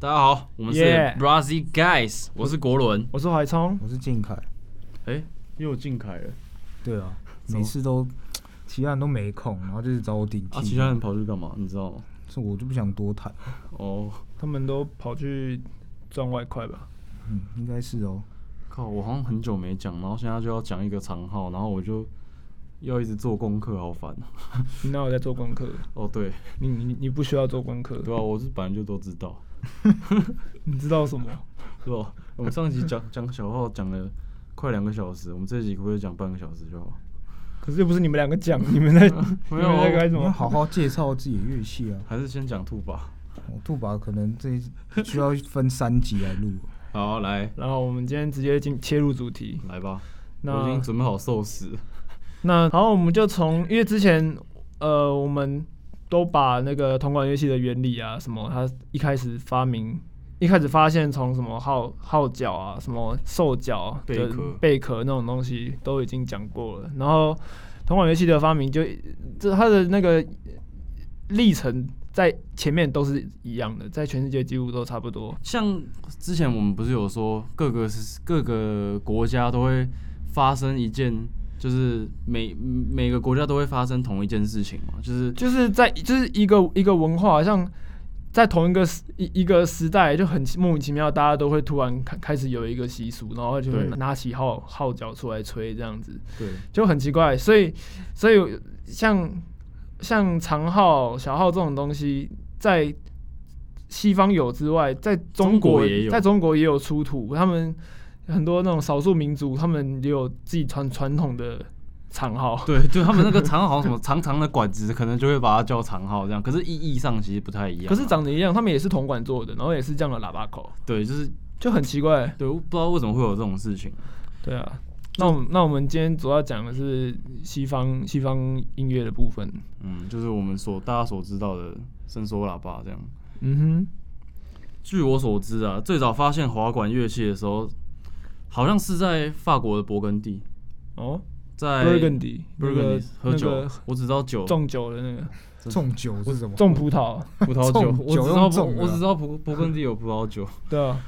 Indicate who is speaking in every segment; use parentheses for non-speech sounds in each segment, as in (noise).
Speaker 1: 大家好，我们是
Speaker 2: Yeah
Speaker 1: Brazzy Guys，我是国伦。
Speaker 2: 我是海聪，
Speaker 3: 我是靖凯。
Speaker 1: 哎，
Speaker 2: 又进凯了。
Speaker 3: 对啊，
Speaker 1: 怎么
Speaker 3: (laughs) 每次都其他人都没空，然后就是找我顶替。
Speaker 1: 啊，其他人跑去干嘛？你知道吗？
Speaker 3: 这我就不想多谈，
Speaker 1: 哦，
Speaker 2: 他们都跑去赚外快吧？
Speaker 3: 嗯，应该是哦。
Speaker 1: 靠，我好像很久没讲，然后现在就要讲一个长号，然后我就要一直做功课，好烦啊。
Speaker 2: 你那我在做功课，
Speaker 1: 哦，对，
Speaker 2: 你你你不需要做功课，
Speaker 1: 对啊，我是本来就都知道，
Speaker 2: 你知道什么？
Speaker 1: 是吧？啊我们上集讲讲小号讲了快两个小时，我们这集可不可以讲半个小时就好？
Speaker 2: 可是又不是你们两个讲，你们在你
Speaker 1: (laughs) 没
Speaker 2: 们
Speaker 1: 有
Speaker 2: 在干
Speaker 3: 你
Speaker 2: 什
Speaker 3: 要
Speaker 2: 么？
Speaker 3: 好好介绍自己的乐器啊。
Speaker 1: 还是先讲兔吧。
Speaker 3: 我兔宝可能这需要分三集来录。啊
Speaker 1: (laughs) 好，来
Speaker 2: 然后我们今天直接进切入主题。
Speaker 1: 来吧，我已
Speaker 2: 那
Speaker 1: 经准备好寿司了。
Speaker 2: 那好，我们就从因为之前呃，我们都把那个铜管乐器的原理啊，什么它一开始发明，一开始发现从什么号号角啊，什么兽角的
Speaker 1: 贝壳
Speaker 2: 贝壳那种东西都已经讲过了。然后铜管乐器的发明就这它的那个历程在前面都是一样的，在全世界几乎都差不多。
Speaker 1: 像之前我们不是有说，各个是各个国家都会发生一件，就是每每个国家都会发生同一件事情嘛，就是
Speaker 2: 就是在就是一个一个文化，像在同一个时一一个时代，就很莫名其妙，大家都会突然开开始有一个习俗，然后就会
Speaker 1: 对
Speaker 2: 拿起号号角出来吹，这样子
Speaker 1: 对
Speaker 2: 就很奇怪。所以所以像像长号、小号这种东西，在西方有之外，在中
Speaker 1: 中
Speaker 2: 国
Speaker 1: 国也有
Speaker 2: 在中国也有出土，他们很多那种少数民族，他们也有自己传传统的长号。
Speaker 1: (laughs) 对，就他们那个长号好像什么长长的管子，可能就会把它叫长号这样，可是意义上其实不太一样啊。
Speaker 2: 可是长得一样，他们也是铜管做的，然后也是这样的喇叭口，
Speaker 1: 对，就是
Speaker 2: 就很奇怪。
Speaker 1: 对，我不知道为什么会有这种事情。
Speaker 2: 对啊，那我们那我们今天主要讲的是西方西方音乐的部分。
Speaker 1: 嗯，就是我们所大家所知道的伸缩喇叭这样。
Speaker 2: 嗯
Speaker 1: 据我所知啊，最早发现滑管乐器的时候，好像是在法国的勃艮第，
Speaker 2: 哼，哦
Speaker 1: 在
Speaker 2: ，Burgundy，
Speaker 1: 不
Speaker 2: 那
Speaker 1: 是
Speaker 2: 个
Speaker 1: 跟你哎喝酒，
Speaker 2: 那个
Speaker 1: 我只知道酒、
Speaker 2: 种酒的那个
Speaker 3: 重酒是什么？
Speaker 2: (laughs) 种葡萄，
Speaker 1: 葡萄酒，
Speaker 3: 重
Speaker 1: 我只
Speaker 3: 酒
Speaker 1: 知道
Speaker 3: 用
Speaker 1: 葡
Speaker 3: 重的
Speaker 1: 我只知道勃勃艮第有葡萄酒，
Speaker 2: 对啊，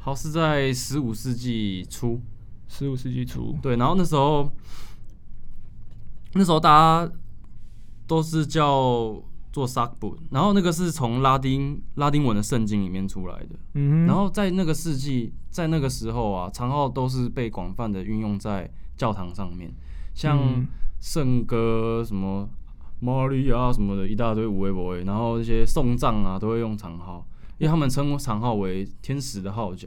Speaker 1: 好是在十五世纪初，
Speaker 2: 十五世纪初，
Speaker 1: 对，然后那时候那时候大家都是叫做 s a c b u 然后那个是从拉丁拉丁文的圣经里面出来的，
Speaker 2: 嗯哼，
Speaker 1: 然后在那个世纪，在那个时候啊，长号都是被广泛的运用在教堂上面，像
Speaker 2: 嗯
Speaker 1: 圣歌什么。玛利亚什么的一大堆五位博位，然后一些送葬啊都会用长号，因为他们称长号为天使的号角。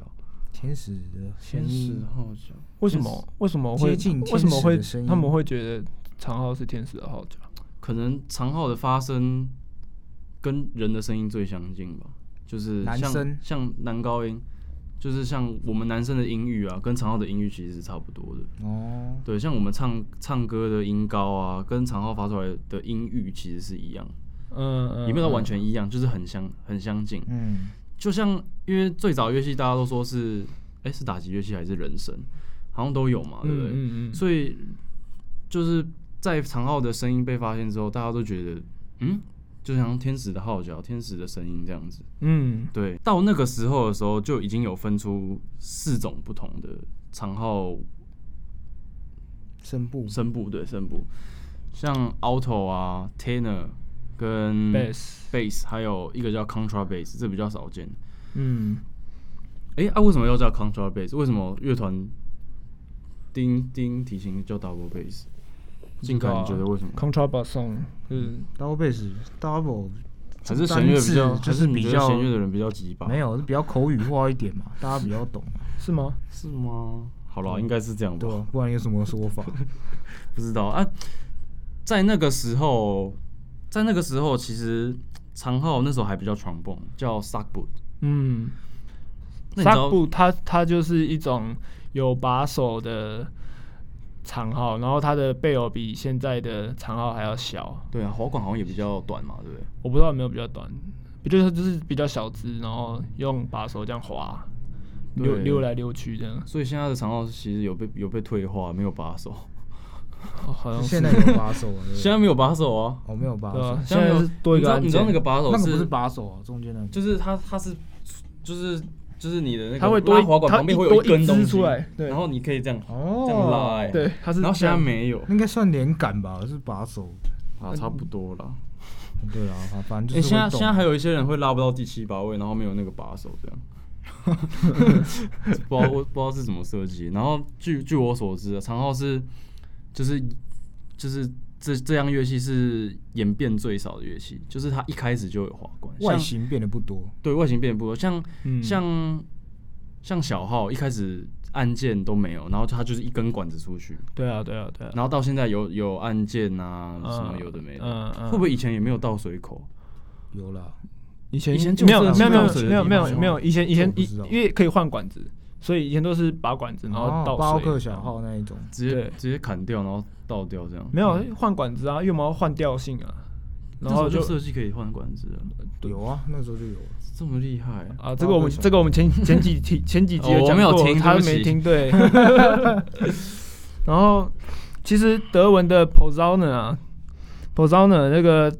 Speaker 3: 天使的声
Speaker 1: 天使啊
Speaker 3: 音，
Speaker 1: 号角，
Speaker 2: 为什么为什么会
Speaker 3: 接近
Speaker 2: 为什么会
Speaker 3: 天使的声音
Speaker 2: 他们会觉得长号是天使的号角？
Speaker 1: 可能长号的发声跟人的声音最相近吧，就是
Speaker 3: 男
Speaker 1: 像
Speaker 3: 生
Speaker 1: 像男高音，就是像我们男生的音域啊，跟长号的音域其实是差不多的。
Speaker 3: 哦，
Speaker 1: 对，像我们唱唱歌的音高啊，跟长号发出来的音域其实是一样，
Speaker 2: 嗯嗯，
Speaker 1: 也没有到完
Speaker 2: 嗯
Speaker 1: 全一样，就是很相很相近。
Speaker 3: 嗯，
Speaker 1: 就像因为最早乐器大家都说是，哎、是打击乐器还是人声，好像都有嘛，啊对不对？
Speaker 2: 嗯嗯嗯，
Speaker 1: 所以就是在长号的声音被发现之后，大家都觉得，嗯，就像天使的号角、天使的声音这样子。
Speaker 2: 嗯
Speaker 1: 对，到那个时候的时候，就已经有分出四种不同的长号
Speaker 3: 声部
Speaker 1: 声部，对声部，像 alto 啊、tenor 跟
Speaker 2: bass，
Speaker 1: bass，还有一个叫 contra bass，这比较少见。
Speaker 2: 嗯，
Speaker 1: 诶，啊，为什么要叫 contra bass？为什么乐团丁丁提琴叫 double bass？靖凯，你觉得为什么？
Speaker 2: contrabass song 就是
Speaker 3: ，double bass double，
Speaker 1: 还是弦乐比较，
Speaker 3: 单字就
Speaker 1: 还是
Speaker 3: 是
Speaker 1: 你
Speaker 3: 比
Speaker 1: 觉得
Speaker 3: 较
Speaker 1: 弦乐的人比较急吧？
Speaker 3: 没有，是比较口语化一点嘛，大家比较懂，啊
Speaker 2: 是吗？
Speaker 1: 是吗？好了，应该是这样吧
Speaker 3: 对？吧？啊不然有什么说法？
Speaker 1: 不知道啊，在那个时候，在那个时候，其实长号那时候还比较传蹦，叫 s a c b o o
Speaker 2: 嗯，
Speaker 1: 那你知
Speaker 2: 纱
Speaker 1: 道
Speaker 2: 布它它就是一种有把手的长号，然后它的贝偶比现在的长号还要小，
Speaker 1: 对啊，滑管好像也比较短嘛，对不对？
Speaker 2: 我不知道有没有比较短，不就是就是比较小只，然后用把手这样滑，溜
Speaker 1: 对
Speaker 2: 溜来溜去这样，
Speaker 1: 所以现在的长号其实有被有被退化，没有把手，
Speaker 2: 哦好像是
Speaker 3: 现在有把手了，对不对
Speaker 1: 现在没有把手啊，
Speaker 3: 哦，没有把
Speaker 2: 对
Speaker 3: 手
Speaker 2: 啊，，现在
Speaker 1: 没有
Speaker 2: 是多一个按
Speaker 1: 你知道你知道那
Speaker 2: 键
Speaker 1: 个把手
Speaker 3: 那个不是把手啊，中间那个
Speaker 1: 就是它它是就是就是你的那个
Speaker 2: 它会多
Speaker 1: 拉滑管
Speaker 2: 它
Speaker 1: 旁边
Speaker 2: 一
Speaker 1: 会有
Speaker 2: 多
Speaker 1: 根
Speaker 2: 一
Speaker 1: 东
Speaker 2: 支
Speaker 1: 西
Speaker 2: 出来，对
Speaker 1: 然，后你可以这样，这样拉
Speaker 3: 哦
Speaker 1: 哎，
Speaker 2: 对，它是
Speaker 1: 然后
Speaker 2: 这
Speaker 1: 现在
Speaker 2: 样
Speaker 1: 没有
Speaker 3: 那应该算连杆吧，是把手。
Speaker 1: 啊，差不多了。
Speaker 3: 对啊，反反
Speaker 1: 哎、
Speaker 3: 正就是
Speaker 1: 现
Speaker 3: 会
Speaker 1: 在
Speaker 3: 动
Speaker 1: 现在还有一些人会拉不到第七把位，然后没有那个把手这样， (laughs) 不知道我不知道是怎么设计。然后据据我所知啊，长号是就是就是这这样乐器是演变最少的乐器，就是它一开始就有滑管，
Speaker 3: 外
Speaker 1: 像
Speaker 3: 形变得不多，
Speaker 1: 对外形变得不多，像、
Speaker 2: 嗯
Speaker 1: 像像小号一开始按键都没有，然后它就是一根管子出去，
Speaker 2: 对啊，对啊，对啊，
Speaker 1: 然后到现在有有按键啊
Speaker 2: 嗯
Speaker 1: 什么有的没的，
Speaker 2: 嗯嗯
Speaker 1: 会不会以前也没有到水口？
Speaker 3: 有了。
Speaker 2: 以前
Speaker 1: 以前就
Speaker 2: 没有
Speaker 1: 有
Speaker 2: 没有没有
Speaker 1: 这种
Speaker 2: 没有没有
Speaker 1: 水的地方
Speaker 2: 没有，以前以前
Speaker 3: 我不
Speaker 2: 以
Speaker 3: 知道
Speaker 2: 因为可以换管子，所以以前都是拔管子然后
Speaker 3: 哦
Speaker 2: 倒
Speaker 3: 八号
Speaker 2: 水
Speaker 3: 克小号那一种，
Speaker 1: 直接
Speaker 2: 对
Speaker 1: 直接砍掉，然后倒掉这样。
Speaker 2: 没
Speaker 3: 嗯
Speaker 2: 有换管子啊，因为我们要换调性啊，然后
Speaker 1: 就
Speaker 2: 就
Speaker 1: 设计可以换管子了，
Speaker 3: 有啊，那时候就有了。
Speaker 1: 这么厉害啊！
Speaker 2: 啊，这个我们
Speaker 3: 小
Speaker 2: 这个我们前前几 (laughs) 题前几集
Speaker 1: 哦
Speaker 2: 有
Speaker 1: 我
Speaker 2: 讲
Speaker 1: 没有
Speaker 2: 过
Speaker 1: 听
Speaker 2: 他
Speaker 1: 对不
Speaker 2: 没
Speaker 1: 起 (laughs)
Speaker 2: 听对。 (laughs) 然后其实德文的 Posauner 啊，Posauner 那个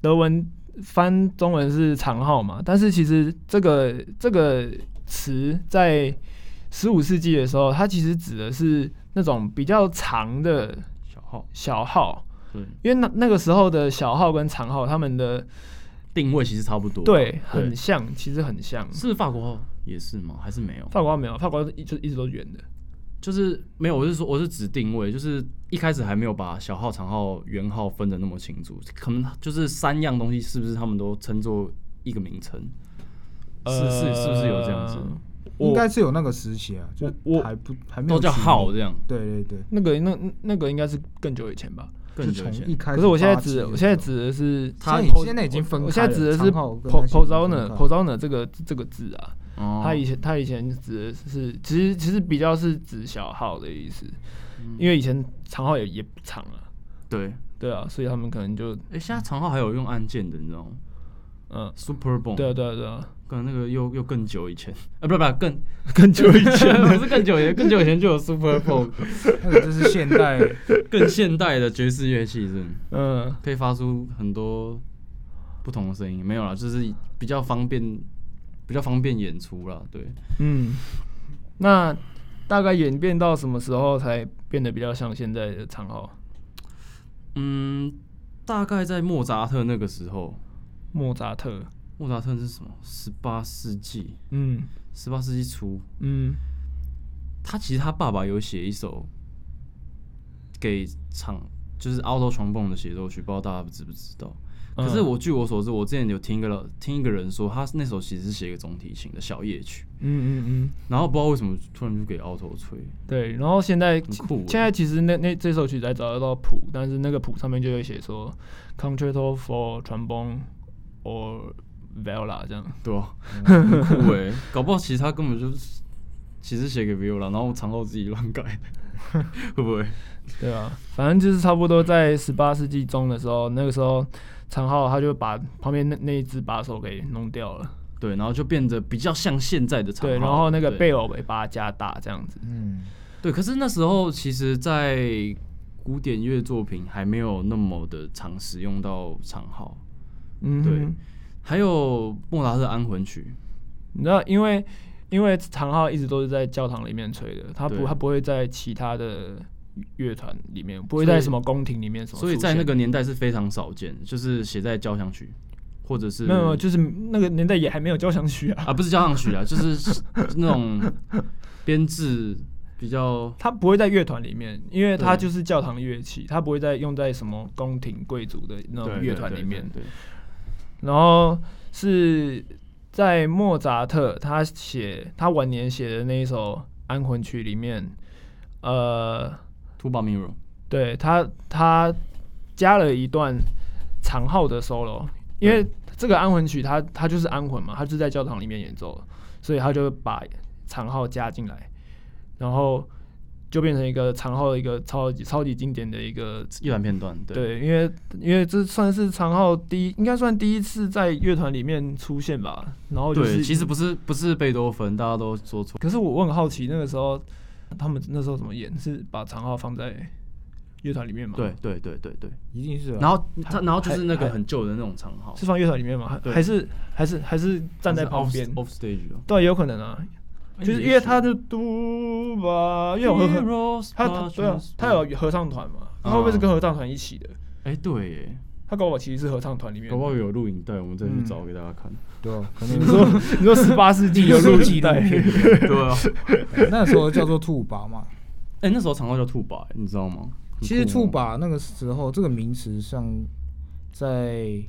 Speaker 2: 德文翻中文是长号嘛，但是其实这个这个词在十五世纪的时候，它其实指的是那种比较长的
Speaker 1: 小号
Speaker 2: 小号，
Speaker 1: 对
Speaker 2: 因为那那个时候的小号跟长号，他们的
Speaker 1: 定位其实差不多，
Speaker 2: 对很像，其实很像。
Speaker 1: 是法国号也是吗？还是没有？
Speaker 2: 法国号没有，法国号一就一直都圆的。
Speaker 1: 就是没有，我是说我是指定位，就是一开始还没有把小号、长号、圆号分的那么清楚，可能就是三样东西是不是他们都称作一个名称？是是是不是有这样子？
Speaker 2: 呃我
Speaker 3: 应该是有那个时期啊，就
Speaker 2: 我
Speaker 3: 还不还呃没有
Speaker 1: 都叫
Speaker 3: 区别
Speaker 1: 号。这样，
Speaker 3: 对对对，
Speaker 2: 那个那那个应该是更久以前吧。
Speaker 1: 更
Speaker 3: 就
Speaker 1: 久
Speaker 3: 从
Speaker 1: 以前
Speaker 3: 一开
Speaker 2: 可
Speaker 3: 始。
Speaker 2: 是我现在指，我现在，指的是
Speaker 3: 他
Speaker 2: 我
Speaker 3: 现在已经分开了
Speaker 2: 我现在指的是
Speaker 3: 长号
Speaker 2: po
Speaker 3: 跟那些
Speaker 2: posauner
Speaker 3: 分开
Speaker 2: posauner 这个这个字啊，
Speaker 1: 哦
Speaker 2: 他以前他以前指的是其实其实比较是指小号的意思，
Speaker 3: 嗯
Speaker 2: 因为以前长号也也不长啊，
Speaker 1: 对，
Speaker 2: 对啊，所以他们可能就
Speaker 1: 哎，现在长号还有用按键的，你知道吗
Speaker 2: 嗯，
Speaker 1: ？Super Bone，
Speaker 2: 对啊对啊对啊，
Speaker 1: 跟那个又又更久以前，啊，不是不是更
Speaker 2: 更久以
Speaker 1: (laughs)
Speaker 2: 前
Speaker 1: 不是更久以前，更久以前就有 Super Folk，
Speaker 2: (laughs)
Speaker 3: 那个就是现代
Speaker 1: 更现代的爵士乐器是
Speaker 2: 嗯
Speaker 1: 可以发出很多不同的声音，没有啦，就是比较方便，比较方便演出啦，对，
Speaker 2: 嗯，那大概演变到什么时候才变得比较像现在的长号？
Speaker 1: 嗯，大概在莫扎特那个时候，
Speaker 2: 莫扎特，
Speaker 1: 莫扎特是什么？十八世纪，
Speaker 2: 嗯
Speaker 1: 十八世纪初，
Speaker 2: 嗯。
Speaker 1: 他其实他爸爸有写一首给唱，就是澳洲床蹦的协奏曲，不知道大家知不知道。可是
Speaker 2: 嗯
Speaker 1: 我据我所知，我之前有听一个听一个人说，他那首其实是写给中提琴的小夜曲，
Speaker 2: 嗯嗯嗯，
Speaker 1: 然后不知道为什么突然就给澳洲吹，
Speaker 2: 对。然后现在
Speaker 1: 很酷欸。
Speaker 2: 现在其实那那这首曲子还找得到谱，但是那个谱上面就会写说 Concerto for trombone or viola 这样。
Speaker 1: 对啊，很酷哎、搞不好其实他根本就是其实写给 viola，然后长后自己乱改的，会不会？
Speaker 2: 对啊，反正就是差不多在十八世纪中的时候，那个时候长号他就把旁边那那一只把手给弄掉了，
Speaker 1: (laughs) 对，然后就变得比较像现在的长号。
Speaker 2: 对，然后那个
Speaker 1: 对
Speaker 2: 贝尔尾巴加大这样子。
Speaker 3: (laughs) 嗯，
Speaker 1: 对，可是那时候其实，在古典乐作品还没有那么的常使用到长号，
Speaker 2: 嗯，
Speaker 1: 对。还有莫扎特安魂曲，
Speaker 2: 你知道，因为因为长号一直都是在教堂里面吹的，他不
Speaker 1: 对
Speaker 2: 他不会在其他的乐团里面，不
Speaker 1: 所以
Speaker 2: 会在什么宫廷里面什么出
Speaker 1: 所
Speaker 2: 现。
Speaker 1: 以在那个年代是非常少见，就是写在交响曲，或者是
Speaker 2: 没有，就是那个年代也还没有交响曲啊， (laughs)
Speaker 1: 啊，不是交响曲啊，就是 (laughs) 那种编制比较
Speaker 2: 他不会在乐团里面，因为他
Speaker 1: 对
Speaker 2: 就是教堂乐器，他不会在用在什么宫廷贵族的那种乐团里面。
Speaker 1: 对，对对
Speaker 2: 然后是在莫扎特他写他晚年写的那一首《安魂曲》里面，呃，
Speaker 1: Tuba Miro，
Speaker 2: 对他，他加了一段长号的 solo，因为这个安魂曲它它就是安魂嘛，它就是在教堂里面演奏的，所以他就把长号加进来，然后就变成一个长号的一个超级超级经典的一个
Speaker 1: 一般片段，对，
Speaker 2: 对，因为因为这算是长号第一，应该算第一次在乐团里面出现吧，然后就是
Speaker 1: 对，其实不是不是贝多芬，大家都说错，
Speaker 2: 可是我我很好奇，那个时候他们那时候怎么演？是把长号放在乐团里面嘛？，
Speaker 1: 对对对对对。
Speaker 3: 一定是啊。
Speaker 1: 然后他，然后就是那个
Speaker 2: 还
Speaker 1: 很旧的那种长号，
Speaker 2: 是放乐团里面嘛？还
Speaker 1: 对
Speaker 2: 还是还是哦还是站在旁边？
Speaker 1: off stage 哦。哎
Speaker 2: 对，有可能啊，就是因为他的嘟吧，因为有合合，
Speaker 1: Heroes 嗯
Speaker 2: 他他对啊，他有合唱团嘛，他会不会是跟合唱团一起的？
Speaker 1: 哎对耶，
Speaker 2: 他搞我其实是合唱团里面的
Speaker 1: 搞不好有录影带，我们再去找给大家看。
Speaker 3: 对啊，可
Speaker 2: 你 (laughs)
Speaker 3: 能
Speaker 2: 说你说十八世纪有录影带，
Speaker 1: (laughs)
Speaker 2: (laughs)
Speaker 1: 对啊，
Speaker 3: 那时候叫做兔拔嘛。
Speaker 1: (laughs) 哎那时候长号叫兔爸，你知道吗？很
Speaker 3: 其实
Speaker 1: 酷哦
Speaker 3: 兔，拔那个时候这个名词像在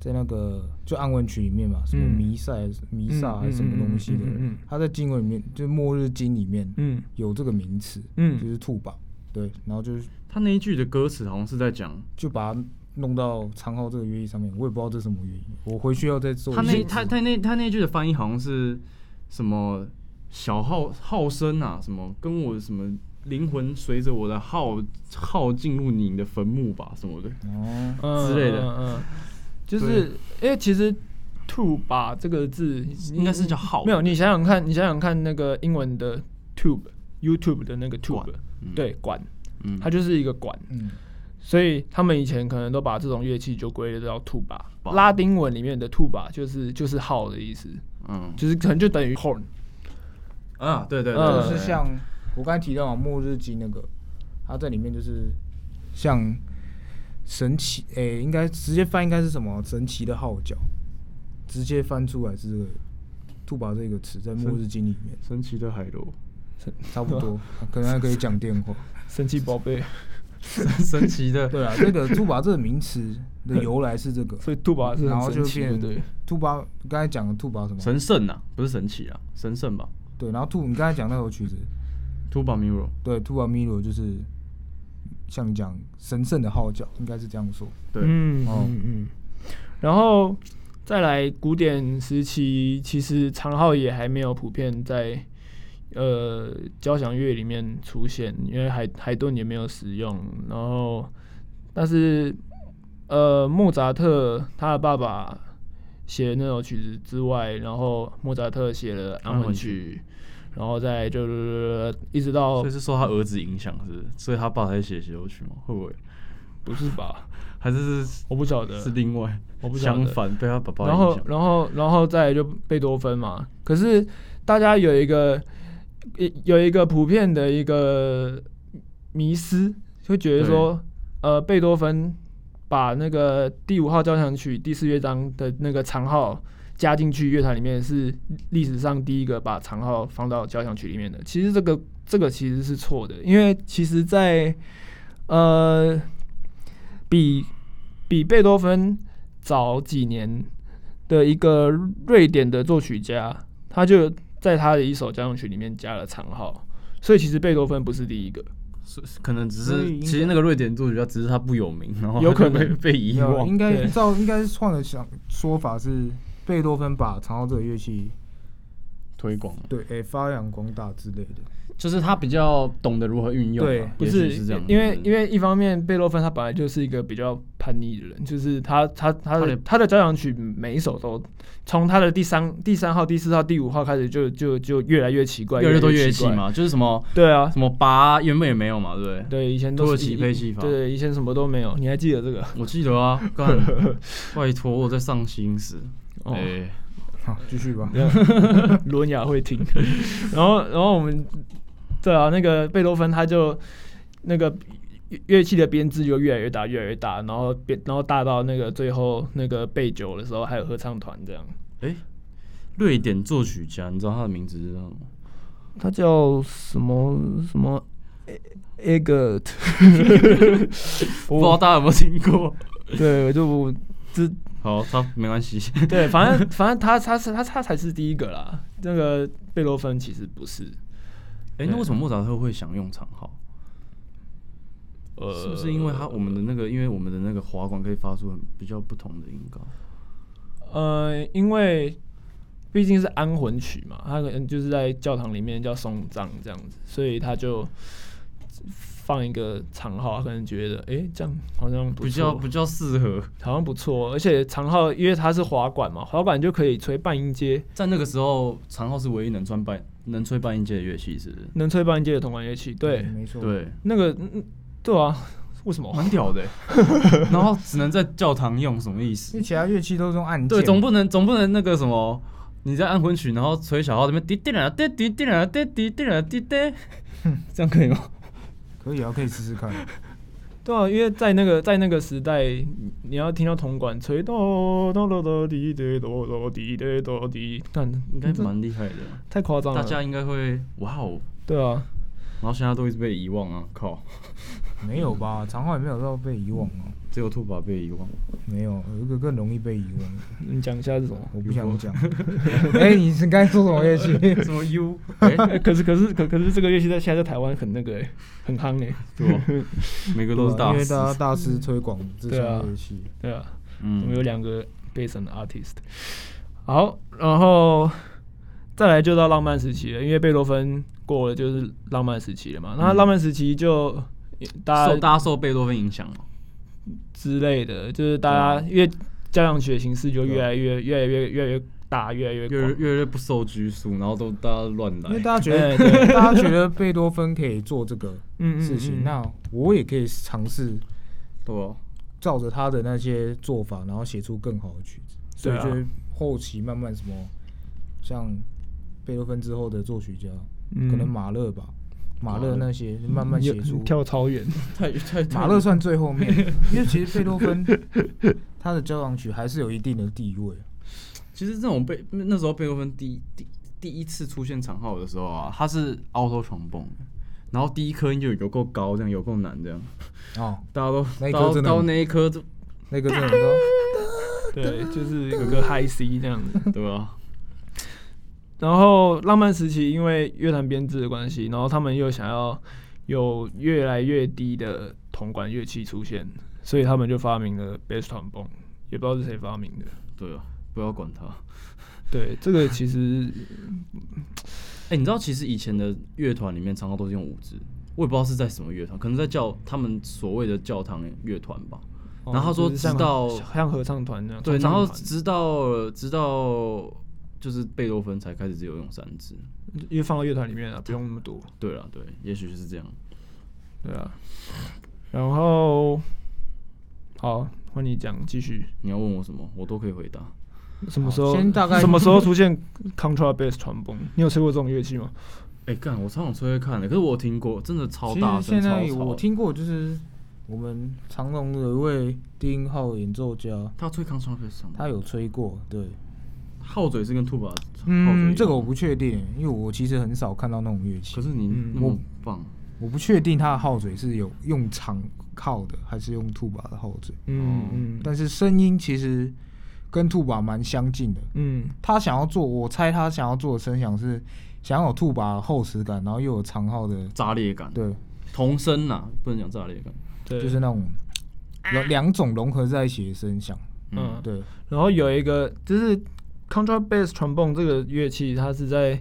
Speaker 3: 在那个就暗问曲里面嘛，什么
Speaker 2: 嗯
Speaker 3: 弥赛、弥撒还是什么东西的
Speaker 2: 嗯嗯嗯嗯嗯嗯，
Speaker 3: 它在经文里面就末日经里面
Speaker 2: 嗯
Speaker 3: 有这个名词，就
Speaker 2: 嗯，
Speaker 3: 是兔拔。对，然后就是
Speaker 1: 他那一句的歌词好像是在讲
Speaker 3: 就把它弄到长号这个乐意上面，我也不知道这是什么乐意，我回去要再做一
Speaker 1: 他
Speaker 3: 次。
Speaker 1: 那他他那他那句的翻译好像是什么小号号声啊，什么跟我什么灵魂随着我的号号进入你的坟墓吧什么的。
Speaker 3: 哦，
Speaker 2: 嗯
Speaker 1: 之类的
Speaker 2: 嗯嗯，就是因为其实 “to” 吧这个字
Speaker 1: 应该是叫号
Speaker 2: 没有，你想想看，你想想看那个英文的 “tube”、YouTube 的那个 “tube”，
Speaker 1: 嗯
Speaker 2: 对，管，
Speaker 1: 嗯
Speaker 2: 它就是一个管，
Speaker 3: 嗯，
Speaker 2: 所以他们以前可能都把这种乐器就归类到 “tuba”。
Speaker 1: Tuba
Speaker 2: 拉丁文里面的 “tuba” 就是就是号的意思，
Speaker 1: 嗯
Speaker 2: 就是可能就等于 horn。
Speaker 1: 啊，对对
Speaker 2: 嗯
Speaker 1: 对，
Speaker 3: 就
Speaker 1: 对
Speaker 3: 是像我刚才提到嘛《末日记》那个，它在里面就是像神奇，诶、应该直接翻应该是什么？神奇的号角，直接翻出来是这个“兔宝”这个词，在《末日记》里面
Speaker 1: 神奇的海螺，
Speaker 3: 差不多，可能还可以讲电话。
Speaker 2: 神奇宝贝，
Speaker 1: 神奇的
Speaker 3: 对啊，这个“兔宝”这个名词的由来是这个，
Speaker 2: 所以 tuba 是
Speaker 3: 然
Speaker 2: 很
Speaker 3: 后
Speaker 2: 神
Speaker 3: 就
Speaker 2: 奇的，
Speaker 3: 变
Speaker 2: 对。
Speaker 3: “兔宝”。刚才讲的“兔宝”什么？
Speaker 1: 神圣啊，不是神奇啊，神圣吧
Speaker 3: 对，然后“兔”你刚才讲那首曲子，
Speaker 1: ？Tuba Miro，
Speaker 3: 对，“兔宝米罗”就是像你讲神圣的号角，应该是这样说。
Speaker 1: 对，
Speaker 2: 嗯
Speaker 3: 哦
Speaker 2: 嗯嗯。然后再来古典时期，其实长号也还没有普遍在呃交响乐里面出现，因为海海顿也没有使用。然后，但是呃，莫扎特他的爸爸写那首曲子之外，然后莫扎特写了安
Speaker 1: 安
Speaker 2: 魂
Speaker 1: 魂
Speaker 2: 曲。然后再就一直到
Speaker 1: 所以是受他儿子影响，是不是？所以他爸才写协奏曲吗？会不会？
Speaker 2: 不是吧？
Speaker 1: 还是是
Speaker 2: 我不晓得，
Speaker 1: 是另外
Speaker 2: 我不晓得
Speaker 1: 相反被他爸爸
Speaker 2: 然
Speaker 1: 影
Speaker 2: 后
Speaker 1: 响，？
Speaker 2: 然后，然后再来就贝多芬嘛。可是大家有一个有有一个普遍的一个迷思，会觉得说，呃，贝多芬把那个第五号交响曲第四乐章的那个长号加进去乐坛里面，是历史上第一个把长号放到交响曲里面的。其实这个这个其实是错的，因为其实在呃比比贝多芬早几年的一个瑞典的作曲家，他就在他的一首交响曲里面加了长号，所以其实贝多芬不是第一个，
Speaker 1: 是是可能只
Speaker 3: 所以
Speaker 1: 是
Speaker 3: 应该
Speaker 1: 其实那个瑞典作曲家只是他不有名，然后
Speaker 2: 有
Speaker 1: 他就
Speaker 2: 可能
Speaker 1: (laughs) 被被遗
Speaker 3: 没有啊
Speaker 1: 忘
Speaker 3: 应。该
Speaker 2: 对
Speaker 3: 照应该是换个想说法是，贝多芬把长号这个乐器
Speaker 1: 推广嘛，
Speaker 3: 对诶、哎发扬光大之类的。
Speaker 1: 就是他比较懂得如何运用啊。
Speaker 3: 对
Speaker 1: 也
Speaker 2: 不
Speaker 1: 许
Speaker 2: 是
Speaker 1: 是这样，
Speaker 2: 因为因
Speaker 1: 为
Speaker 2: 为一方面贝多芬他本来就是一个比较叛逆的人，就是他他他
Speaker 1: 他
Speaker 2: 的
Speaker 1: 的
Speaker 2: 他的交响曲每一首都从他的第三第三号、第四号、第五号开始就就就越来越奇怪，
Speaker 1: 越来越多乐
Speaker 2: 越
Speaker 1: 器
Speaker 2: 怪，
Speaker 1: 嘛，就是什么
Speaker 2: 对啊。
Speaker 1: 什么拔原本也没有嘛，对不对？
Speaker 2: 对，以前都
Speaker 1: 土耳
Speaker 2: 是
Speaker 1: 其
Speaker 2: 一
Speaker 1: 配戏法
Speaker 2: 对，以前什么都没有。你还记得这个？
Speaker 1: 我记得啊，干， (laughs) 拜托我在上心思，
Speaker 2: 哦
Speaker 1: 哎，
Speaker 3: 好，继续吧。
Speaker 2: (laughs) 伦雅会听。然后，然后我们对啊，那个贝多芬他就那个乐乐器的编制就越来越大，越来越大，然后变，然后大到那个最后那个备酒的时候还有合唱团这样。
Speaker 1: 哎，瑞典作曲家，你知道他的名字是什么吗？
Speaker 2: 他叫什么什么 (laughs) Egert？
Speaker 1: 不知道大家有没有听过？
Speaker 2: (laughs)
Speaker 1: (laughs)
Speaker 2: 对，我就不知
Speaker 1: 好，他没关系。 (laughs)
Speaker 2: 对，反正反正他他是他他才是第一个啦。那个贝多芬其实不是，
Speaker 1: 哎，那为什么莫扎特会想用长号？
Speaker 2: 呃，
Speaker 1: 是不是因为他我们的那个，因为我们的那个滑管可以发出很比较不同的音高？
Speaker 2: 呃，因为毕竟是安魂曲嘛，他可能就是在教堂里面叫送葬这样子，所以他就放一个长号，他可能觉得哎、诶这样好像不
Speaker 1: 比较
Speaker 2: 错，
Speaker 1: 比较适合
Speaker 2: 好像不错，而且长号因为它是滑管嘛，滑管就可以吹半音阶，
Speaker 1: (laughs) 在那个时候，长号是唯一能穿半能吹半音阶的乐器，是不是？
Speaker 2: 能吹半音阶的铜管乐器，对，
Speaker 3: (laughs) 没错。，
Speaker 1: 对，
Speaker 2: 那个嗯对啊，为什么？
Speaker 1: 嗯蛮屌
Speaker 2: (laughs)
Speaker 1: 的欸、然后只能在教堂用，什么意
Speaker 3: 因
Speaker 1: 思
Speaker 3: 为？其他乐器都是用按键，
Speaker 1: 对，总不能总不能那个什么，你在按婚曲，然后吹小号这边滴滴啦滴滴滴啦滴滴滴啦滴滴，这样可以吗？
Speaker 3: 可以啊，可以试试看。
Speaker 2: 对啊，因为在那个在那个时代，你你要听到铜管吹哆哆哆哆滴滴哆哆滴滴哆滴，看
Speaker 1: 应
Speaker 2: 应
Speaker 1: 该
Speaker 2: 该蛮
Speaker 1: 蛮厉害的，
Speaker 2: 太夸张
Speaker 1: (laughs)
Speaker 2: 了。
Speaker 1: 大家应该会哇哦。
Speaker 2: 对啊，
Speaker 1: 然后现在都一直被遗忘啊，靠！
Speaker 3: 没有吧？长号也没有到被遗忘哦，
Speaker 1: 只有兔宝被遗忘。
Speaker 3: 没有，有一个更容易被遗忘，
Speaker 2: 你讲一下是什么？ (laughs)
Speaker 3: 我不想讲。哎，你是刚才说什么乐
Speaker 2: (laughs)
Speaker 3: 器？
Speaker 1: 什么 U？哎、 (laughs)
Speaker 2: 哎可是可是可可是这个乐器在现在在台湾很那个、欸，很夯哎、
Speaker 1: 对吧？每个都是
Speaker 3: 因
Speaker 1: 大
Speaker 3: 为
Speaker 1: 师
Speaker 3: 大。家大师推广这
Speaker 2: 对啊
Speaker 3: 项乐器，
Speaker 2: 对啊，我们
Speaker 1: 嗯
Speaker 2: 有两个 bass and artist。好，然后再来就到浪漫时期了，因为贝多芬过了就是浪漫时期了嘛。那
Speaker 1: 嗯
Speaker 2: 浪漫时期就大
Speaker 1: 受
Speaker 2: 家
Speaker 1: 大家受贝多芬影响嘛，
Speaker 2: 之类的，就是大家
Speaker 1: 啊
Speaker 2: 因为交响曲的形式就越来越越来越越来越大，越来越
Speaker 1: 越来
Speaker 2: 广
Speaker 3: 嗯
Speaker 1: 越。越来越不受拘束，然后都大家乱
Speaker 3: 因为
Speaker 1: 来。
Speaker 3: 大家觉得
Speaker 2: 哎对
Speaker 3: 大家觉得贝多芬可以做这个
Speaker 2: 嗯
Speaker 3: 事情，那我也可以尝试
Speaker 1: 对
Speaker 3: 啊
Speaker 1: 吧？
Speaker 3: 照着他的那些做法，然后写出更好的曲子。所
Speaker 2: 对
Speaker 3: 以
Speaker 2: 啊
Speaker 3: 就是后期慢慢什么，像贝多芬之后的作曲家，
Speaker 2: 嗯
Speaker 3: 可能马勒吧，马勒那些慢慢写出。
Speaker 2: 跳超
Speaker 3: (laughs)
Speaker 2: 远，
Speaker 1: 太太
Speaker 3: 马勒算最后面， (laughs) 因为其实贝多芬 (laughs) 他的交响曲还是有一定的地位。
Speaker 1: 其实这种贝那时候贝多芬第一第第一次出现长号的时候啊，他是凹头床蹦，然后第一颗音就有够高，这样有够难，这样
Speaker 3: 哦，
Speaker 1: 大家都
Speaker 3: 那一颗
Speaker 1: 到
Speaker 3: 真的
Speaker 1: 到
Speaker 3: 很
Speaker 1: 那一颗
Speaker 3: (laughs)
Speaker 1: 就
Speaker 3: 那个真的很高，
Speaker 2: 对，就是有个 high C 这样子。
Speaker 1: 对啊吧？
Speaker 2: 然后浪漫时期因为乐团编制的关系，然后他们又想要有越来越低的铜管乐器出现，所以他们就发明了 bass 团泵，也不知道是谁发明的。
Speaker 1: 对啊，不要管他。
Speaker 2: 对，
Speaker 1: (laughs)
Speaker 2: 这个其实
Speaker 1: 哎、你知道其实以前的乐团里面常常都是用五支，我也不知道是在什么乐团，可能在教他们所谓的教堂乐团吧。然后他说
Speaker 2: 哦就是像
Speaker 1: 直到
Speaker 2: 像合唱团那
Speaker 3: 啊
Speaker 2: 样，
Speaker 1: 对，
Speaker 2: 合唱
Speaker 1: 然后
Speaker 2: 团
Speaker 1: 直到直到就是贝多芬才开始只有用三支。
Speaker 2: 因为放到乐团里面啊，不用那么多。
Speaker 1: 对了，对，也许是这样。
Speaker 2: 对啊，然后好，换你讲，继续。
Speaker 1: 你要问我什么，我都可以回答。
Speaker 2: 什么
Speaker 3: 好
Speaker 2: 时候？
Speaker 3: 先大概
Speaker 2: 什
Speaker 1: (laughs)
Speaker 2: 么时候出现 contrabass 传蹦？你有吹过这种乐器吗？
Speaker 1: 哎、干，我超想吹吹看的，可是我听过，真的超
Speaker 3: 其
Speaker 1: 大
Speaker 3: 实
Speaker 1: 声，
Speaker 3: 现在
Speaker 1: 超吵。
Speaker 3: 我听过，就是我们长隆有一位低音号演奏家，
Speaker 1: 他吹康双飞上，
Speaker 3: 他有吹过，对，
Speaker 1: 号嘴是跟兔把
Speaker 3: 嗯，这个我不确定，因为我其实很少看到那种乐器。
Speaker 1: 可是你
Speaker 2: 嗯
Speaker 1: 那么
Speaker 3: 我
Speaker 1: 棒，
Speaker 3: 我不确定他的号嘴是有用长靠的，还是用兔把的号嘴，
Speaker 1: 哦
Speaker 2: 嗯嗯
Speaker 3: 但是声音其实跟兔把蛮相近的。
Speaker 2: 嗯，
Speaker 3: 他想要做，我猜他想要做的声响是想要有兔把的厚实感，然后又有长号的，
Speaker 1: 炸裂感，
Speaker 3: 对，
Speaker 1: 童声呐、不能讲炸裂感。
Speaker 2: 对，
Speaker 3: 就是那种两两种融合在一起的声响，
Speaker 2: 嗯，
Speaker 3: 对，
Speaker 2: 然后有一个就是 contrabass 传蹦这个乐器，它是在